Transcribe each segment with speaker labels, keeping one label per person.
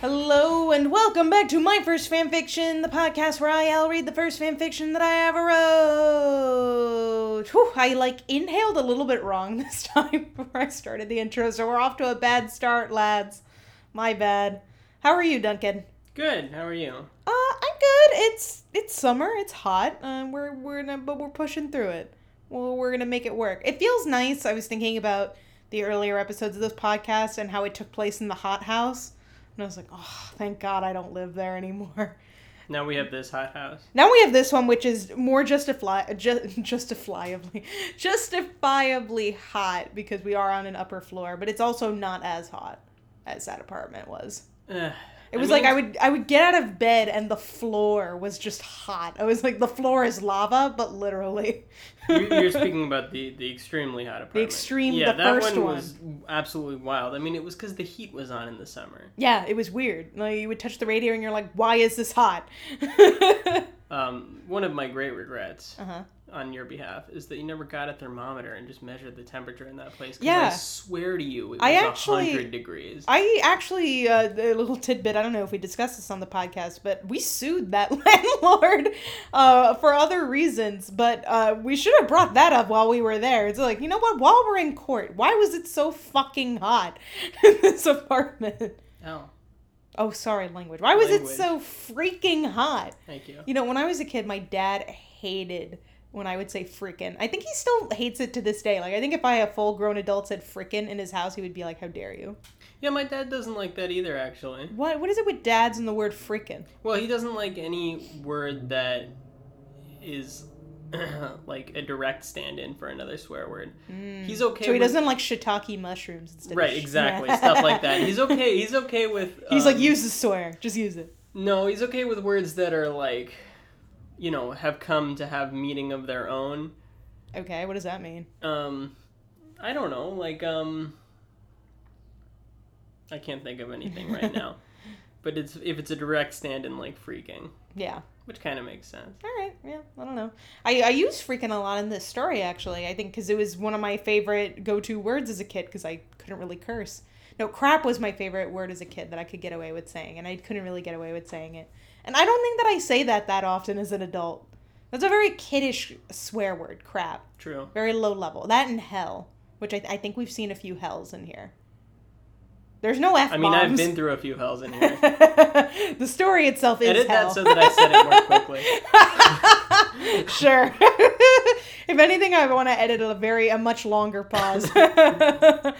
Speaker 1: Hello and welcome back to my first fanfiction, the podcast where I, I'll read the first fanfiction that I ever wrote. Whew, I like inhaled a little bit wrong this time before I started the intro, so we're off to a bad start, lads. My bad. How are you, Duncan?
Speaker 2: Good. How are you?
Speaker 1: Uh, I'm good. It's it's summer. It's hot. Um, we're we're gonna, but we're pushing through it. Well, we're gonna make it work. It feels nice. I was thinking about the earlier episodes of this podcast and how it took place in the hot house, and I was like, oh, thank God I don't live there anymore.
Speaker 2: Now we have this hot house.
Speaker 1: Now we have this one, which is more justifly just, justifiably justifiably hot because we are on an upper floor, but it's also not as hot as that apartment was.
Speaker 2: Ugh.
Speaker 1: It was like I would I would get out of bed and the floor was just hot. I was like the floor is lava, but literally.
Speaker 2: you- You're speaking about the, the extremely hot apartment.
Speaker 1: extreme-
Speaker 2: yeah,
Speaker 1: the
Speaker 2: that
Speaker 1: first
Speaker 2: one,
Speaker 1: one.
Speaker 2: was absolutely wild. I mean, it was because the heat was on in the summer.
Speaker 1: yeah, it was weird. Like you would touch the radio and you're like, "Why is this hot?"
Speaker 2: Um, one of my great regrets
Speaker 1: Uh-huh.
Speaker 2: on your behalf is that you never got a thermometer and just measured the temperature in that place. 'cause
Speaker 1: Yeah.
Speaker 2: I swear to you, it was
Speaker 1: I
Speaker 2: a
Speaker 1: actually-
Speaker 2: 100 degrees.
Speaker 1: I actually uh, a little tidbit. I don't know if we discussed this on the podcast, but we sued that landlord uh, for other reasons. But uh, we should have brought that up while we were there. It's like you know what? While we're in court, why was it so fucking hot in this apartment?
Speaker 2: Oh,
Speaker 1: Oh, sorry, language. Why was it
Speaker 2: Language.
Speaker 1: so freaking hot?
Speaker 2: thank you.
Speaker 1: You know, when I was a kid, my dad hated when I would say freaking. I think he still hates it to this day. Like, I think if I a full grown adult said freaking in his house, he would be like, "How dare you?"
Speaker 2: Yeah, my dad doesn't like that either, actually.
Speaker 1: What What is it with dads and the word freaking?
Speaker 2: Well, he doesn't like any word that is like a direct stand-in for another swear word. He's okay.
Speaker 1: Mm. so he
Speaker 2: with,
Speaker 1: doesn't like shiitake mushrooms instead.
Speaker 2: Right,
Speaker 1: of sh-
Speaker 2: exactly. Stuff like that. He's okay. He's okay with.
Speaker 1: He's like,
Speaker 2: um,
Speaker 1: use the swear, just use it.
Speaker 2: No, he's okay with words that are like, you know, have come to have meaning of their own.
Speaker 1: Okay, what does that mean?
Speaker 2: Um, I don't know. Like, um, I can't think of anything right now. But it's if it's a direct stand-in like freaking,
Speaker 1: Yeah.
Speaker 2: which kind of makes sense.
Speaker 1: All right, yeah, I don't know. I, I use freaking a lot in this story, actually. I think because it was one of my favorite go to words as a kid because I couldn't really curse. No, crap was my favorite word as a kid that I could get away with saying, and I couldn't really get away with saying it. And I don't think that I say that that often as an adult. That's a very kiddish swear word, crap.
Speaker 2: True.
Speaker 1: Very low level. That and hell, which I, I think we've seen a few hells in here. There's no F bombs.
Speaker 2: I mean, I've been through a few hells in here.
Speaker 1: the story itself is
Speaker 2: Edit
Speaker 1: hell.
Speaker 2: that so that I said it more quickly.
Speaker 1: sure. if anything, I want to edit a very a much longer pause.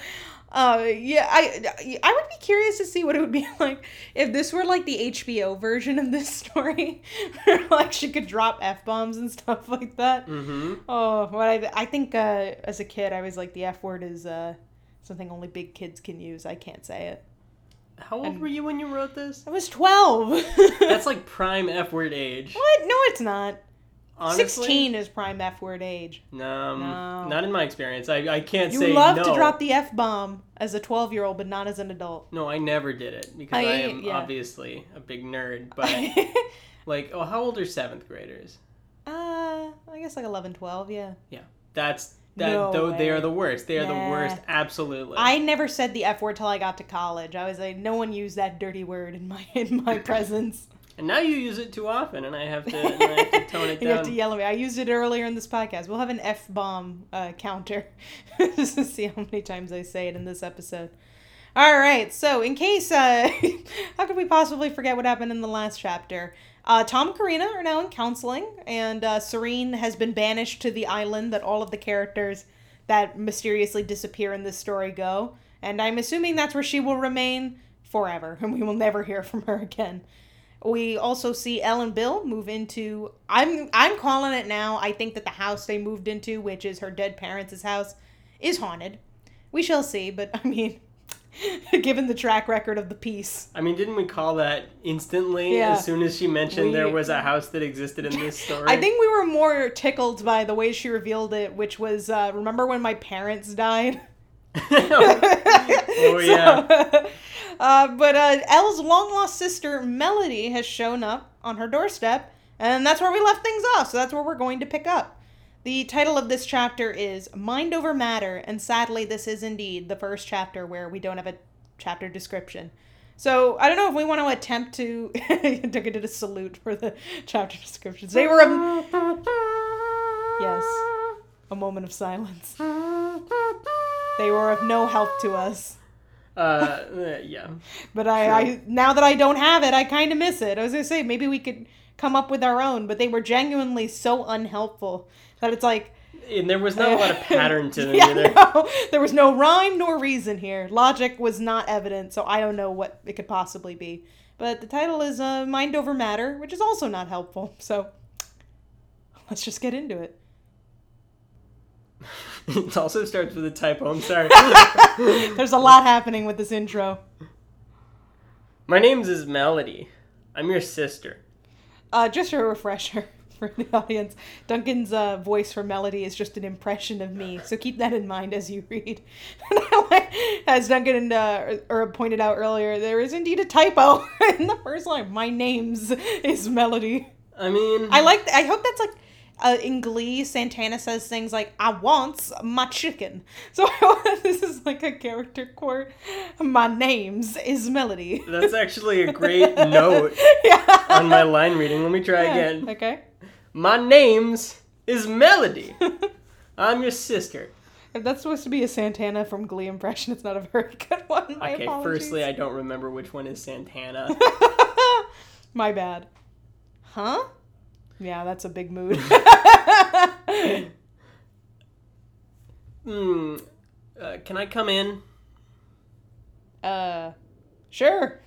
Speaker 1: Uh, yeah, I I would be curious to see what it would be like if this were like the HBO version of this story, where like she could drop f bombs and stuff like that.
Speaker 2: Mm-hmm.
Speaker 1: Oh, what I I think uh, as a kid I was like the f word is uh, something only big kids can use. I can't say it.
Speaker 2: How old were you when you wrote this?
Speaker 1: I was twelve.
Speaker 2: That's like prime F word age.
Speaker 1: what? No, it's not.
Speaker 2: Honestly,
Speaker 1: Sixteen is prime f word age.
Speaker 2: No,
Speaker 1: No.
Speaker 2: not in my experience. I, I can't
Speaker 1: You
Speaker 2: say
Speaker 1: love
Speaker 2: no.
Speaker 1: to drop the f bomb as a twelve year old, but not as an adult.
Speaker 2: No, I never did it because I,
Speaker 1: I-
Speaker 2: am
Speaker 1: yeah.
Speaker 2: obviously a big nerd. But like, oh, how old are seventh graders?
Speaker 1: Uh, I guess like 11, 12, yeah.
Speaker 2: That's that.
Speaker 1: No
Speaker 2: though they
Speaker 1: way.
Speaker 2: are the worst. They are
Speaker 1: Nah.
Speaker 2: the worst. Absolutely.
Speaker 1: I never said the F word till I got to college. I was like, no one used that dirty word in my in my presence.
Speaker 2: and now you use it too often, and I have to, and I have to tone it
Speaker 1: you
Speaker 2: down.
Speaker 1: have to yell at me. I used it earlier in this podcast. We'll have an F bomb uh, counter just to see how many times I say it in this episode. All right. So, in case, uh, how could we possibly forget what happened in the last chapter? Uh, Tom and Karina are now in counseling, and uh, Serene has been banished to the island that all of the characters that mysteriously disappear in this story go. And I'm assuming that's where she will remain forever, and we will never hear from her again. We also see Elle and Bill move into I'm I'm calling it now. I think that the house they moved into, which is her dead parents' house, is haunted. We shall see, but I mean given the track record of the piece.
Speaker 2: I mean, didn't we call that instantly
Speaker 1: Yeah.
Speaker 2: as soon as she mentioned
Speaker 1: We-
Speaker 2: there was a house that existed in this story?
Speaker 1: I think we were more tickled by the way she revealed it, which was uh, remember when my parents died? oh
Speaker 2: yeah.
Speaker 1: uh, but uh, Elle's long lost sister Melody has shown up on her doorstep, and that's where we left things off. So that's where we're going to pick up. The title of this chapter is Mind Over Matter, and sadly, this is indeed the first chapter where we don't have a chapter description. So I don't know if we want to attempt to Duncan did a salute for the chapter descriptions. They were a, yes, a moment of silence. They were of no help to us.
Speaker 2: Uh, yeah.
Speaker 1: But I, I now that I don't have it, I kind of miss it. I was gonna say maybe we could come up with our own, but they were genuinely so unhelpful that it's like
Speaker 2: And there was not a lot of pattern to them
Speaker 1: yeah,
Speaker 2: either.
Speaker 1: no, there was no rhyme nor reason here. Logic was not evident, so I don't know what it could possibly be. But the title is uh, Mind Over Matter, which is also not helpful. So let's just get into it.
Speaker 2: it also starts with a typo. I'm sorry.
Speaker 1: There's a lot happening with this intro.
Speaker 2: My name's is Melody. I'm your sister.
Speaker 1: Uh, just a refresher for the audience. Duncan's uh, voice for Melody is just an impression of me, so keep that in mind as you read. as Duncan and uh, or pointed out earlier, there is indeed a typo in the first line. My name's is Melody.
Speaker 2: I mean,
Speaker 1: I like. I hope that's like. Uh, in Glee, Santana says things like "I wants my chicken," so this is like a character quote. My name's is Melody.
Speaker 2: that's actually a great note
Speaker 1: yeah.
Speaker 2: on my line reading. Let me try again.
Speaker 1: Okay.
Speaker 2: My name's is Melody. I'm your sister.
Speaker 1: If that's supposed to be a Santana from Glee impression, it's not a very good one. My
Speaker 2: Okay,
Speaker 1: apologies.
Speaker 2: firstly, I don't remember which one is Santana.
Speaker 1: My bad. Huh? Yeah, that's a big mood.
Speaker 2: Hmm. Uh, can I come in?
Speaker 1: uh, sure.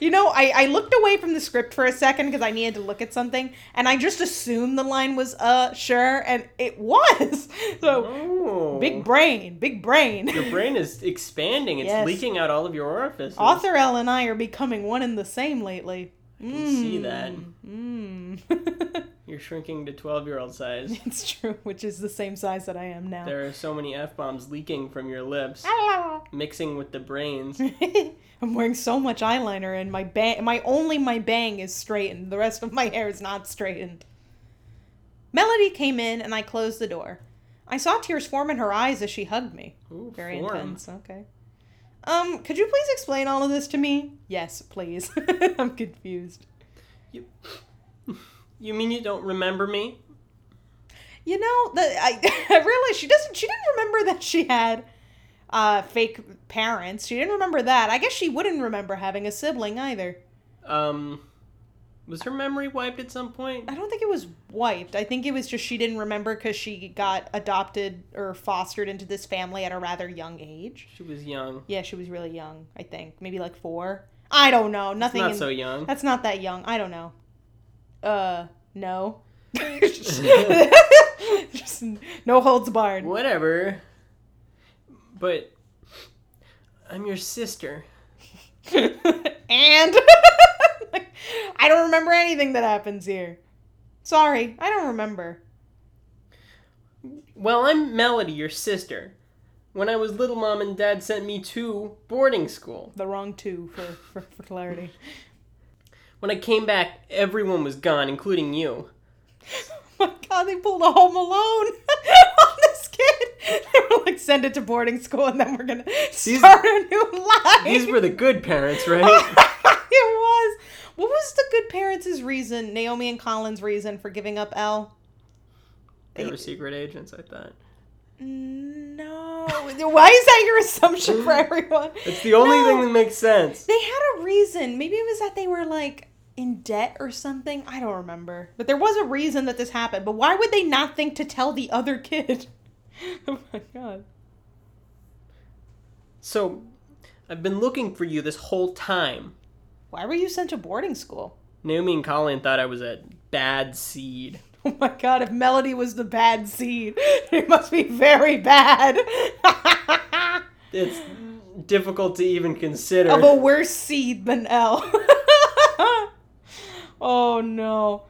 Speaker 1: You know, I, I looked away from the script for a second because I needed to look at something, and I just assumed the line was uh sure, and it was. So
Speaker 2: Oh.
Speaker 1: big brain, big brain.
Speaker 2: Your brain is expanding. It's
Speaker 1: Yes.
Speaker 2: leaking out all of your orifices.
Speaker 1: Author L and I are becoming one and the same lately.
Speaker 2: I can see that.
Speaker 1: Mm.
Speaker 2: You're shrinking to 12 year old size.
Speaker 1: It's true, which is the same size that I am now.
Speaker 2: There are so many F bombs leaking from your lips,
Speaker 1: Ah.
Speaker 2: mixing with the brains.
Speaker 1: I'm wearing so much eyeliner and my bang my only my bang is straightened. The rest of my hair is not straightened. Melody came in and I closed the door. I saw tears form in her eyes as she hugged me.
Speaker 2: Ooh,
Speaker 1: Very
Speaker 2: form.
Speaker 1: intense. Okay. Um, could you please explain all of this to me? Yes, please. I'm confused.
Speaker 2: You mean you don't remember me?
Speaker 1: You know, the I, I realized she doesn't she didn't remember that she had uh fake parents. She didn't remember that. I guess she wouldn't remember having a sibling either.
Speaker 2: Um, was her memory wiped at some point?
Speaker 1: I don't think it was wiped. I think it was just she didn't remember cuz she got adopted or fostered into this family at a rather young age.
Speaker 2: She was young.
Speaker 1: Yeah, she was really young, I think. Maybe like 4. I don't know. Nothing
Speaker 2: Not
Speaker 1: in-
Speaker 2: so young.
Speaker 1: That's not that young. I don't know. Uh, no. just no holds barred.
Speaker 2: Whatever. But I'm your sister.
Speaker 1: and I don't remember anything that happens here. Sorry, I don't remember.
Speaker 2: Well, I'm Melody, your sister. When I was little, mom and dad sent me to boarding school.
Speaker 1: The wrong two for, for, for clarity.
Speaker 2: When I came back, everyone was gone, including you.
Speaker 1: my god, they pulled a home alone on this kid. They were like, send it to boarding school and then we're gonna start a new life.
Speaker 2: These were the good parents, right?
Speaker 1: it was. What was the good parents' reason, Naomi and Colin's reason for giving up L?
Speaker 2: they were secret agents, I thought.
Speaker 1: No. Why is that your assumption for everyone?
Speaker 2: It's the only
Speaker 1: No.
Speaker 2: thing that makes sense.
Speaker 1: They had a reason. Maybe it was that they were like in debt or something. I don't remember. But there was a reason that this happened. But why would they not think to tell the other kid? oh my god.
Speaker 2: So, I've been looking for you this whole time.
Speaker 1: Why were you sent to boarding school?
Speaker 2: Naomi and Colin thought I was a bad seed.
Speaker 1: Oh my god, if Melody was the bad seed, it must be very bad.
Speaker 2: It's difficult to even consider.
Speaker 1: of a worse seed than L. oh no.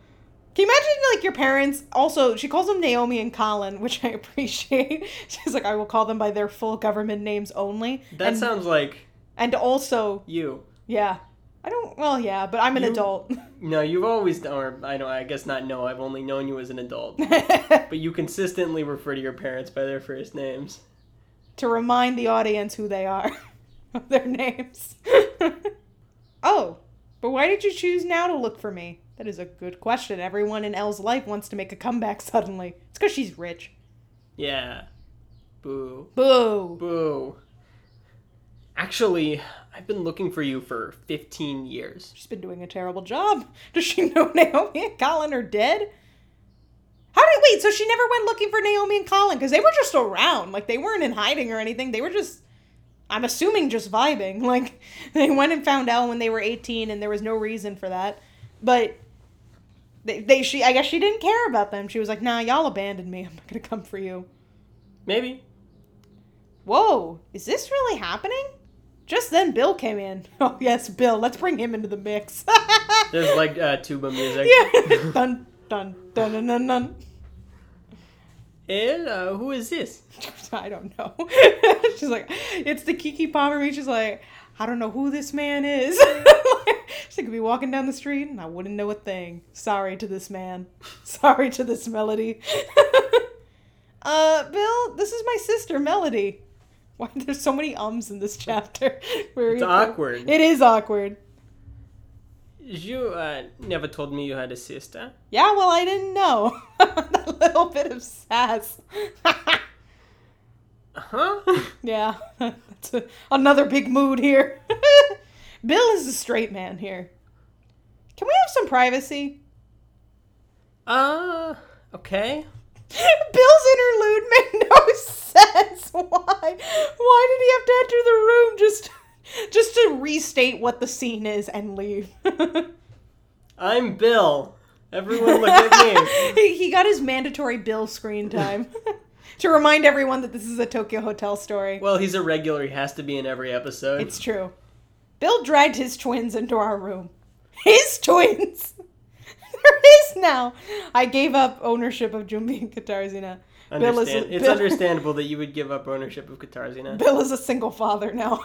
Speaker 1: Can you imagine like your parents also she calls them Naomi and Colin, which I appreciate. She's like, I will call them by their full government names only.
Speaker 2: that
Speaker 1: and,
Speaker 2: sounds like
Speaker 1: and also,
Speaker 2: you.
Speaker 1: yeah. I don't well yeah, but I'm an
Speaker 2: You-
Speaker 1: adult.
Speaker 2: No, you've always or I know I guess not no, I've only known you as an adult. But you consistently refer to your parents by their first names.
Speaker 1: to remind the audience who they are of their names. Oh, But why did you choose now to look for me? That is a good question. Everyone in Elle's life wants to make a comeback suddenly. It's because she's rich.
Speaker 2: Yeah. Boo.
Speaker 1: Boo!
Speaker 2: Boo. Actually, I've been looking for you for 15 years.
Speaker 1: She's been doing a terrible job. Does she know Naomi and Colin are dead? How did wait? So she never went looking for Naomi and Colin because they were just around. Like they weren't in hiding or anything. They were just, I'm assuming, just vibing. Like they went and found out when they were 18, and there was no reason for that. But they, they she, I guess she didn't care about them. She was like, Nah, y'all abandoned me. I'm not gonna come for you.
Speaker 2: Maybe.
Speaker 1: Whoa, is this really happening? Just then, Bill came in. Oh yes, Bill. Let's bring him into the mix.
Speaker 2: There's like uh, tuba music.
Speaker 1: yeah. dun dun dun dun dun. dun.
Speaker 2: Hello, uh, who is this?
Speaker 1: I don't know. she's like, it's the Kiki Palmer. She's like, I don't know who this man is. she could be walking down the street and I wouldn't know a thing. Sorry to this man. Sorry to this melody. uh, Bill, this is my sister, Melody. Why there's so many ums in this chapter? Where
Speaker 2: It's
Speaker 1: you-
Speaker 2: awkward.
Speaker 1: It is awkward.
Speaker 2: You uh, never told me you had a sister.
Speaker 1: Yeah, well, I didn't know. that little bit of sass.
Speaker 2: Huh?
Speaker 1: Yeah, that's a, another big mood here. Bill is a straight man here. Can we have some privacy?
Speaker 2: Uh, okay.
Speaker 1: Bill's interlude made no sense. Why? Why did he have to enter the room just just to restate what the scene is and leave?
Speaker 2: I'm Bill. Everyone look at me.
Speaker 1: he, he got his mandatory Bill screen time to remind everyone that this is a Tokyo Hotel story.
Speaker 2: Well, he's a regular. He has to be in every episode.
Speaker 1: It's true. Bill dragged his twins into our room. His twins! there is now! I gave up ownership of Jumbi and Katarzina. Bill is-
Speaker 2: Understand. it's
Speaker 1: Bill-
Speaker 2: understandable that you would give up ownership of Katarzina.
Speaker 1: Bill is a single father now.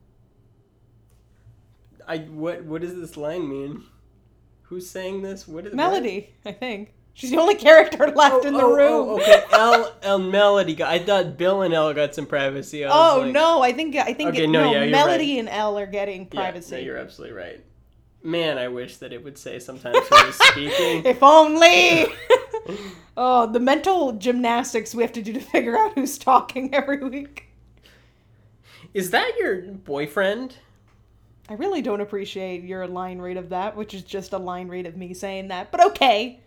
Speaker 2: I what what does this line mean? Who's saying this? What is
Speaker 1: Melody, I think. She's the only character
Speaker 2: what?
Speaker 1: left in the
Speaker 2: oh,
Speaker 1: room.
Speaker 2: Oh, okay, L L Melody. Got, I thought Bill and L got some privacy. I was
Speaker 1: Oh,
Speaker 2: like-
Speaker 1: no, I think I think
Speaker 2: Okay,
Speaker 1: it-
Speaker 2: no,
Speaker 1: no,
Speaker 2: yeah, you're
Speaker 1: Melody and Elle are getting
Speaker 2: Yeah, no,
Speaker 1: privacy.
Speaker 2: you're absolutely right. Man, I wish that it would say sometimes who was speaking.
Speaker 1: if only. oh, the mental gymnastics we have to do to figure out who's talking every week.
Speaker 2: Is that your boyfriend?
Speaker 1: I really don't appreciate your line read of that, which is just a line read of me saying that, but okay.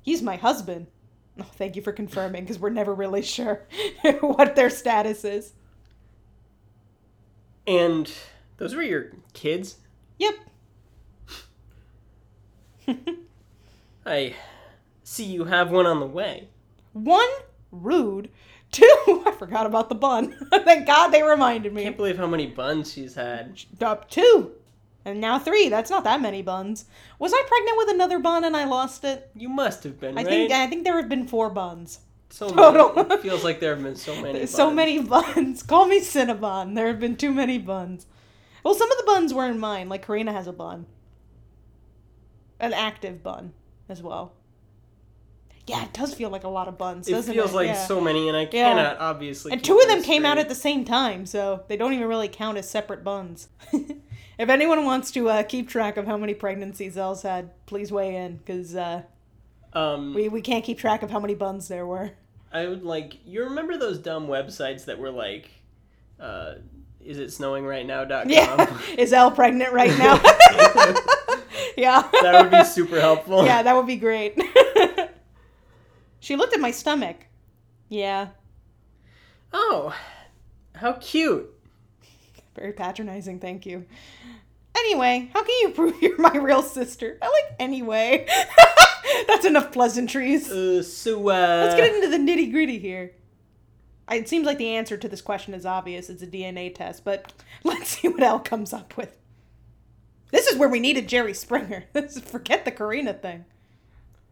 Speaker 1: He's my husband. Oh, thank you for confirming, because we're never really sure what their status is.
Speaker 2: And those were your kids?
Speaker 1: Yep.
Speaker 2: I see you have one on the way.
Speaker 1: One, rude. Two, I forgot about the bun. Thank God they reminded
Speaker 2: I can't
Speaker 1: me.
Speaker 2: believe how many buns she's had.
Speaker 1: Up two. And now three. That's not that many buns. Was I pregnant with another bun and I lost it?
Speaker 2: You must have been,
Speaker 1: I
Speaker 2: right?
Speaker 1: think I think there have been four buns.
Speaker 2: so
Speaker 1: total.
Speaker 2: many. It feels like there have been so many.
Speaker 1: There's so
Speaker 2: buns.
Speaker 1: many buns. Call me Cinnabon. There have been too many buns. Well, some of the buns weren't mine. Like Karina has a bun, an active bun as well. Yeah, it does feel like a lot of buns,
Speaker 2: It
Speaker 1: doesn't
Speaker 2: feels
Speaker 1: it?
Speaker 2: like
Speaker 1: Yeah.
Speaker 2: so many, and I
Speaker 1: Yeah.
Speaker 2: cannot obviously.
Speaker 1: And
Speaker 2: keep
Speaker 1: two of
Speaker 2: them
Speaker 1: them came out
Speaker 2: straight.
Speaker 1: at the same time, so they don't even really count as separate buns. if anyone wants to uh, keep track of how many pregnancies Elle's had, please weigh in, because uh,
Speaker 2: Um,
Speaker 1: we, we can't keep track of how many buns there were.
Speaker 2: I would like you remember those dumb websites that were like, uh, is it snowing right now? dot
Speaker 1: Yeah.
Speaker 2: com.
Speaker 1: Is Elle pregnant right now? yeah.
Speaker 2: that would be super helpful.
Speaker 1: Yeah, that would be great. she looked at my stomach. Yeah.
Speaker 2: Oh, how cute.
Speaker 1: Very patronizing, thank you. Anyway, how can you prove you're my real sister? I like anyway. That's enough pleasantries.
Speaker 2: Uh, so uh,
Speaker 1: Let's get into the nitty gritty here. I- It seems like the answer to this question is obvious. It's a DNA test, but let's see what Elle comes up with. This is where we needed Jerry Springer. This is- Forget the Karina thing.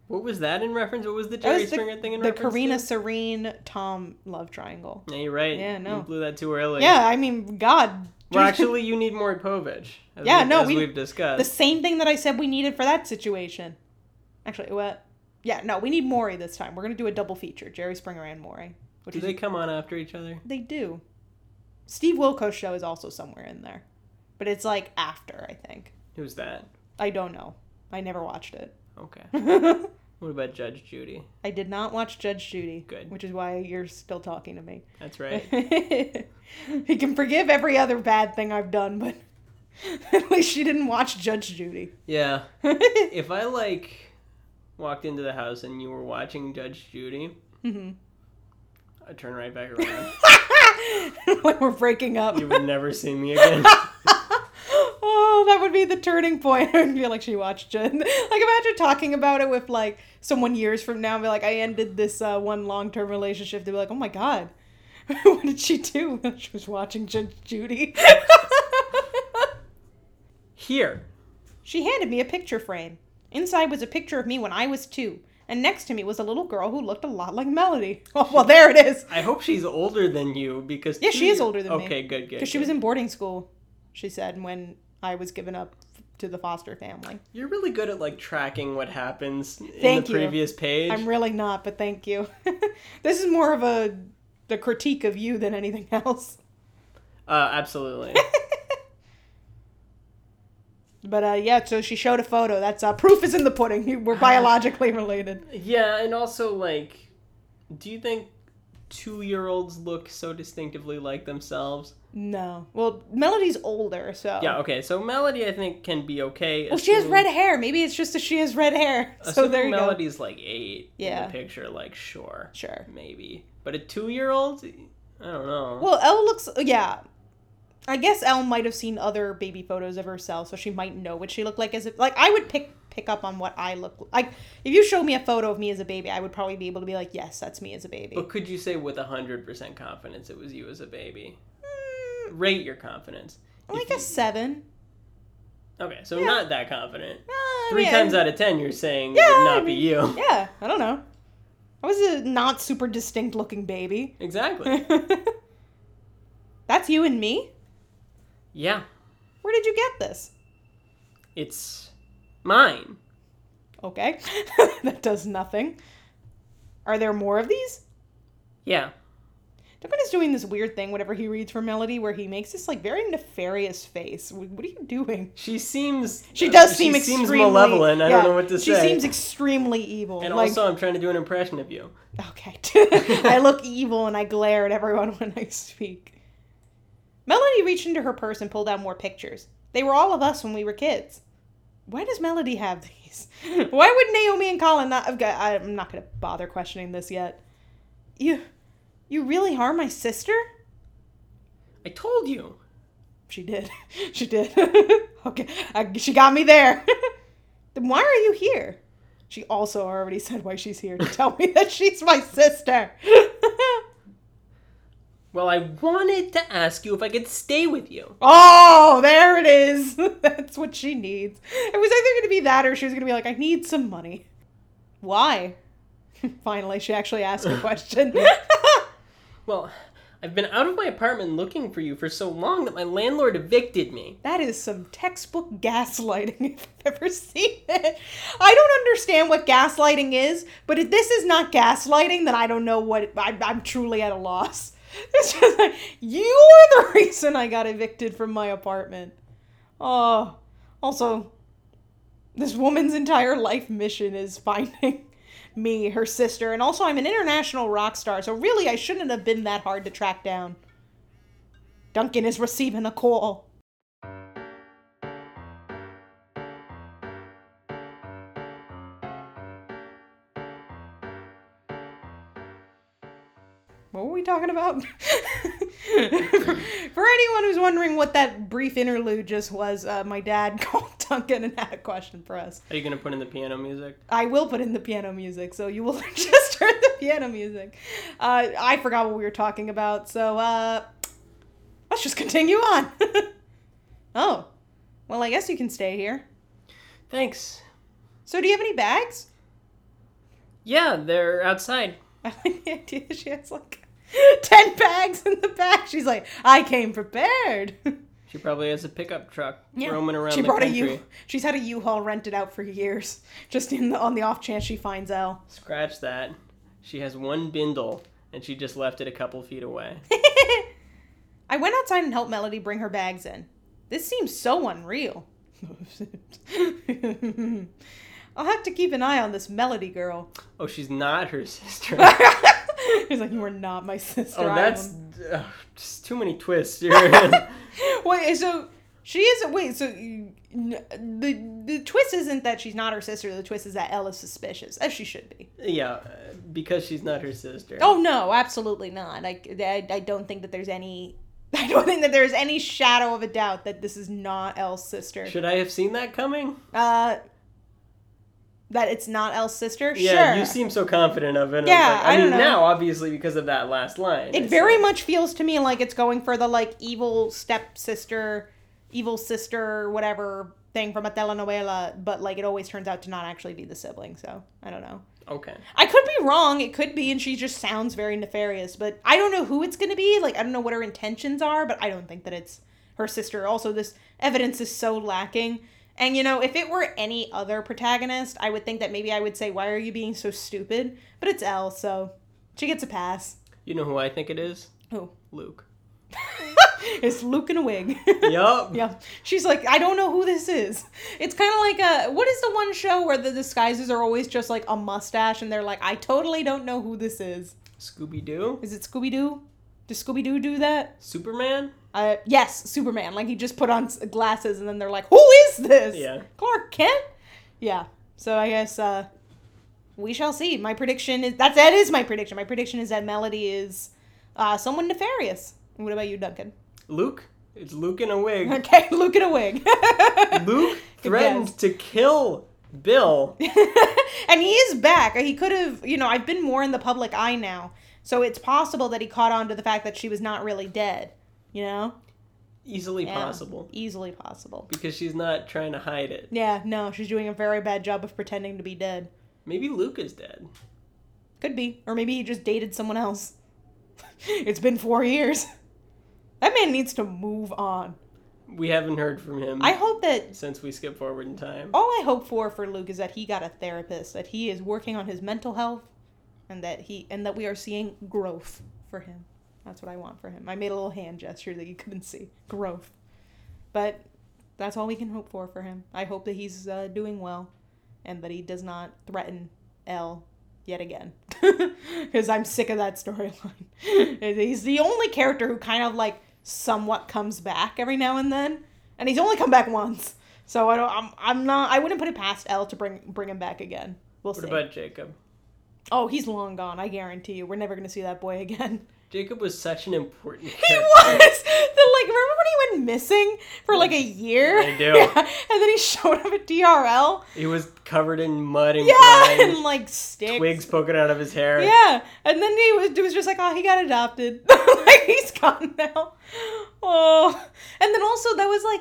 Speaker 2: What was that in reference? What was the
Speaker 1: That
Speaker 2: Jerry
Speaker 1: was the,
Speaker 2: Springer thing in
Speaker 1: the
Speaker 2: reference?
Speaker 1: Karina
Speaker 2: To?
Speaker 1: Serene Tom love triangle.
Speaker 2: Yeah, you're right.
Speaker 1: Yeah, no.
Speaker 2: You blew that too early.
Speaker 1: Yeah, I mean, God.
Speaker 2: Well, actually, you need more Povich. as
Speaker 1: Yeah, no,
Speaker 2: as
Speaker 1: we-
Speaker 2: we've discussed.
Speaker 1: the same thing that I said we needed for that situation. Actually, what? Yeah, no, we need Maury this time. We're gonna do a double feature: Jerry Springer and Maury. Which
Speaker 2: Do
Speaker 1: is
Speaker 2: they come on after each other?
Speaker 1: they do. Steve Wilco's show is also somewhere in there. but it's like after, I think.
Speaker 2: Who's that?
Speaker 1: I don't know. I never watched
Speaker 2: Okay.
Speaker 1: it.
Speaker 2: What about Judge Judy?
Speaker 1: I did not watch Judge Judy.
Speaker 2: Good.
Speaker 1: Which is why you're still talking to me.
Speaker 2: That's
Speaker 1: Eh.
Speaker 2: right.
Speaker 1: he can forgive every other bad thing I've done, but at least she didn't watch Judge Judy.
Speaker 2: Yeah. If I like walked into the house and you were watching Judge Judy,
Speaker 1: Mhm.
Speaker 2: I'd turn right back around.
Speaker 1: when we're breaking up.
Speaker 2: you would never see me again.
Speaker 1: oh, that would be the turning point. I would feel like she watched it. Like imagine talking about it with like someone years from now and be like, I ended this uh, one long term relationship. They'd be like, Oh my god, what did she do? she was watching Judge Judy.
Speaker 2: Here.
Speaker 1: she handed me a picture frame. Inside was a picture of me when I was two, and next to me was a little girl who looked a lot like Melody. Oh, well, there it is.
Speaker 2: I hope she's older than you because
Speaker 1: Yeah, she
Speaker 2: two
Speaker 1: is older than me.
Speaker 2: Okay, good, good.
Speaker 1: Because she was
Speaker 2: good.
Speaker 1: in boarding school, she said, when I was given up to the foster family.
Speaker 2: You're really good at like tracking what happens in
Speaker 1: Thank
Speaker 2: the
Speaker 1: you.
Speaker 2: previous page.
Speaker 1: I'm really not, but thank you. this is more of a the critique of you than anything else.
Speaker 2: uh, absolutely.
Speaker 1: But uh, yeah, so she showed a photo. That's uh, proof is in the pudding. You- We're biologically related.
Speaker 2: yeah, and also like, do you think two-year-olds look so distinctively like themselves?
Speaker 1: No, well, Melody's older, so
Speaker 2: Yeah. Okay. So Melody, I think, can be okay.
Speaker 1: Well, she has
Speaker 2: assuming-
Speaker 1: red hair. Maybe it's just that she has red hair. So
Speaker 2: assuming
Speaker 1: there you go.
Speaker 2: Melody's like eight. In
Speaker 1: Yeah.
Speaker 2: the picture, like, sure,
Speaker 1: Sure.
Speaker 2: maybe, but a two-year-old, I don't know.
Speaker 1: Well, Elle looks. Yeah. I guess Elle might have seen other baby photos of herself, so she might know what she looked like as a, like I would pick pick up on what I look like. If you show me a photo of me as a baby, I would probably be able to be like, yes, that's me as a baby.
Speaker 2: but could you say with hundred percent confidence it was you as a baby? Rate your confidence.
Speaker 1: Hmm, like
Speaker 2: If you-
Speaker 1: a seven.
Speaker 2: Okay, so
Speaker 1: Yeah.
Speaker 2: not that confident.
Speaker 1: Uh, I
Speaker 2: Three
Speaker 1: mean,
Speaker 2: times
Speaker 1: I-
Speaker 2: out of ten, you're saying it
Speaker 1: Yeah,
Speaker 2: would not
Speaker 1: I
Speaker 2: be
Speaker 1: mean-
Speaker 2: you.
Speaker 1: Yeah, I don't know. I was a not super distinct looking baby.
Speaker 2: Exactly.
Speaker 1: that's you and me.
Speaker 2: Yeah,
Speaker 1: Where did you get this?
Speaker 2: it's mine.
Speaker 1: Okay. that does nothing. Are there more of these?
Speaker 2: Yeah.
Speaker 1: Duncan is doing this weird thing whenever he reads for Melody where he makes this like very nefarious face. Wh- What are you doing?
Speaker 2: She seems. uh,
Speaker 1: She does seem
Speaker 2: she
Speaker 1: extremely
Speaker 2: seems malevolent. I
Speaker 1: yeah,
Speaker 2: don't know what to
Speaker 1: she
Speaker 2: say.
Speaker 1: seems extremely evil.
Speaker 2: and
Speaker 1: like,
Speaker 2: also, I'm trying to do an impression of you.
Speaker 1: okay. I look evil and I glare at everyone when I speak. Melody reached into her purse and pulled out more pictures. They were all of us when we were kids. Why does Melody have these? Why would Naomi and Colin not? I've got, I'm not going to bother questioning this yet. You, you really are my sister.
Speaker 2: I told you.
Speaker 1: She did. She did. okay. I, she got me there. then why are you here? She also already said why she's here to tell me that she's my sister.
Speaker 2: Well, I wanted to ask you if I could stay with you.
Speaker 1: oh, there it is. That's what she needs. It was either going to be that or she was going to be like, I need some money. Why? Finally, she actually asked a question.
Speaker 2: Well, I've been out of my apartment looking for you for so long that my landlord evicted me.
Speaker 1: That is some textbook gaslighting if I've ever seen it. I don't understand what gaslighting is, but if this is not gaslighting, then I don't know what I'm, I'm truly at a loss. It's just like, you're the reason I got evicted from my apartment. Oh, also, this woman's entire life mission is finding me, her sister, and also I'm an international rock star, so really I shouldn't have been that hard to track down. Duncan is receiving a call. What were we talking about? For anyone who's wondering what that brief interlude just was, uh, my dad called Duncan and had a question for us.
Speaker 2: Are you gonna put in the piano music?
Speaker 1: I will put in the piano music, so you will just hear the piano music. Uh, I forgot what we were talking about, so uh, let's just continue on. oh, well, I guess you can stay here.
Speaker 2: Thanks.
Speaker 1: So, do you have any bags?
Speaker 2: Yeah, they're outside.
Speaker 1: I like the idea that she has like 10 bags in the back. She's like, I came prepared.
Speaker 2: She probably has a pickup truck
Speaker 1: Yeah.
Speaker 2: roaming around
Speaker 1: she
Speaker 2: the
Speaker 1: brought
Speaker 2: country.
Speaker 1: a U. She's had a U-Haul rented out for years, just in the, on the off chance she finds L.
Speaker 2: Scratch that. She has one bindle, and she just left it a couple feet away.
Speaker 1: I went outside and helped Melody bring her bags in. This seems so unreal. I'll have to keep an eye on this Melody girl.
Speaker 2: Oh, she's not her sister.
Speaker 1: He's like, you are not my sister.
Speaker 2: Oh,
Speaker 1: I
Speaker 2: that's
Speaker 1: am."
Speaker 2: uh, just too many twists. You're-
Speaker 1: wait. So she isn't. Wait. So you- n- the the twist isn't that she's not her sister. The twist is that Ella's suspicious, as she should be.
Speaker 2: yeah, uh, because she's not her sister.
Speaker 1: Oh no, absolutely not. I, I, I don't think that there's any. I don't think that there's any shadow of a doubt that this is not Elle's sister.
Speaker 2: Should I have seen that coming?
Speaker 1: Uh, that it's not Elle's sister.
Speaker 2: Yeah,
Speaker 1: sure.
Speaker 2: you seem so confident of it. and
Speaker 1: Yeah,
Speaker 2: was like, I,
Speaker 1: I
Speaker 2: mean
Speaker 1: don't know.
Speaker 2: now obviously because of that last line.
Speaker 1: it
Speaker 2: it's
Speaker 1: very
Speaker 2: like-
Speaker 1: much feels to me like it's going for the like evil stepsister, evil sister, whatever thing from a telenovela, but like it always turns out to not actually be the sibling. So I don't know.
Speaker 2: okay.
Speaker 1: I could be wrong. It could be, and she just sounds very nefarious. But I don't know who it's going to be. Like I don't know what her intentions are, but I don't think that it's her sister. Also, this evidence is so lacking. And you know, if it were any other protagonist, I would think that maybe I would say, "Why are you being so stupid?" But it's Elle, so she gets a pass.
Speaker 2: You know who I think it is?
Speaker 1: Who?
Speaker 2: Luke.
Speaker 1: it's Luke in a wig.
Speaker 2: Yup.
Speaker 1: Yeah. She's like, I don't know who this is. It's kind of like a what is the one show where the disguises are always just like a mustache and they're like, I totally don't know who this is.
Speaker 2: Scooby Doo.
Speaker 1: Is it Scooby Doo? Does Scooby Doo do that?
Speaker 2: Superman.
Speaker 1: Uh, yes, Superman. Like he just put on s- glasses and then they're like, who is this?
Speaker 2: Yeah.
Speaker 1: Clark Kent. Yeah. So I guess uh, we shall see. My prediction is that's that is my prediction. My prediction is that Melody is uh, someone nefarious. What about you, Duncan?
Speaker 2: Luke. It's Luke in a wig.
Speaker 1: Okay, Luke in a wig.
Speaker 2: Luke threatened to kill Bill.
Speaker 1: and he is back. He could have, you know, I've been more in the public eye now. So it's possible that he caught on to the fact that she was not really dead, you know?
Speaker 2: Easily
Speaker 1: Yeah.
Speaker 2: possible.
Speaker 1: Easily possible.
Speaker 2: Because she's not trying to hide it.
Speaker 1: Yeah, no, she's doing a very bad job of pretending to be dead.
Speaker 2: Maybe Luke is dead.
Speaker 1: Could be. Or maybe he just dated someone else. it's been four years. That man needs to move on.
Speaker 2: We haven't heard from him
Speaker 1: I hope that
Speaker 2: since we skip forward in time.
Speaker 1: all I hope for for Luke is that he got a therapist, that he is working on his mental health, and that he and that we are seeing growth for him. That's what I want for him. I made a little hand gesture that you couldn't see. Growth. But that's all we can hope for for him. I hope that he's uh, doing well and that he does not threaten L yet again. Because I'm sick of that storyline. he's the only character who kind of like somewhat comes back every now and then, and he's only come back once. So I don't. I'm, I'm not. I wouldn't put it past L to bring bring him back again. We'll
Speaker 2: What
Speaker 1: see.
Speaker 2: about Jacob?
Speaker 1: oh, he's long gone. I guarantee you. We're never gonna see that boy again.
Speaker 2: Jacob was such an important
Speaker 1: He
Speaker 2: character.
Speaker 1: was the like. Remember when he went missing for like a year?
Speaker 2: I do.
Speaker 1: and then he showed up at DRL.
Speaker 2: He was covered in mud and
Speaker 1: Yeah,
Speaker 2: grime,
Speaker 1: and like sticks.
Speaker 2: twigs poking out of his hair.
Speaker 1: Yeah, and then he was, it was just like, oh, he got adopted. like he's gone now. Oh, and then also that was like,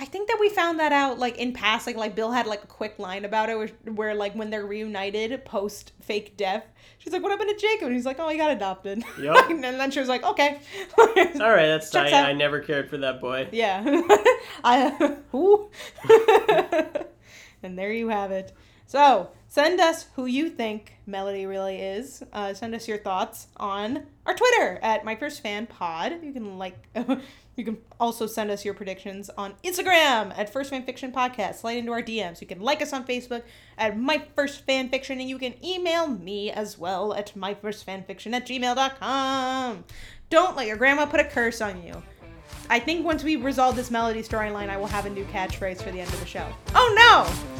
Speaker 1: I think that we found that out like in passing. Like Bill had like a quick line about it, where, where like when they're reunited post fake death, she's like, "What happened to Jacob?" And he's like, "Oh, he got adopted."
Speaker 2: Yup.
Speaker 1: Like, and then she was like, "Okay."
Speaker 2: All right, that's
Speaker 1: Checks
Speaker 2: I,
Speaker 1: out.
Speaker 2: I never cared for that boy.
Speaker 1: Yeah. I who? and there you have it. So send us who you think Melody really is. Uh, send us your thoughts on our Twitter at my first fan pod. You can like. You can also send us your predictions on Instagram at First Fan Fiction Podcast. Slide into our DMs. You can like us on Facebook at My First Fan Fiction, and you can email me as well at MyFirstFanFiction at gmail.com. Don't let your grandma put a curse on you. I think once we resolve this melody storyline, I will have a new catchphrase for the end of the show. Oh no!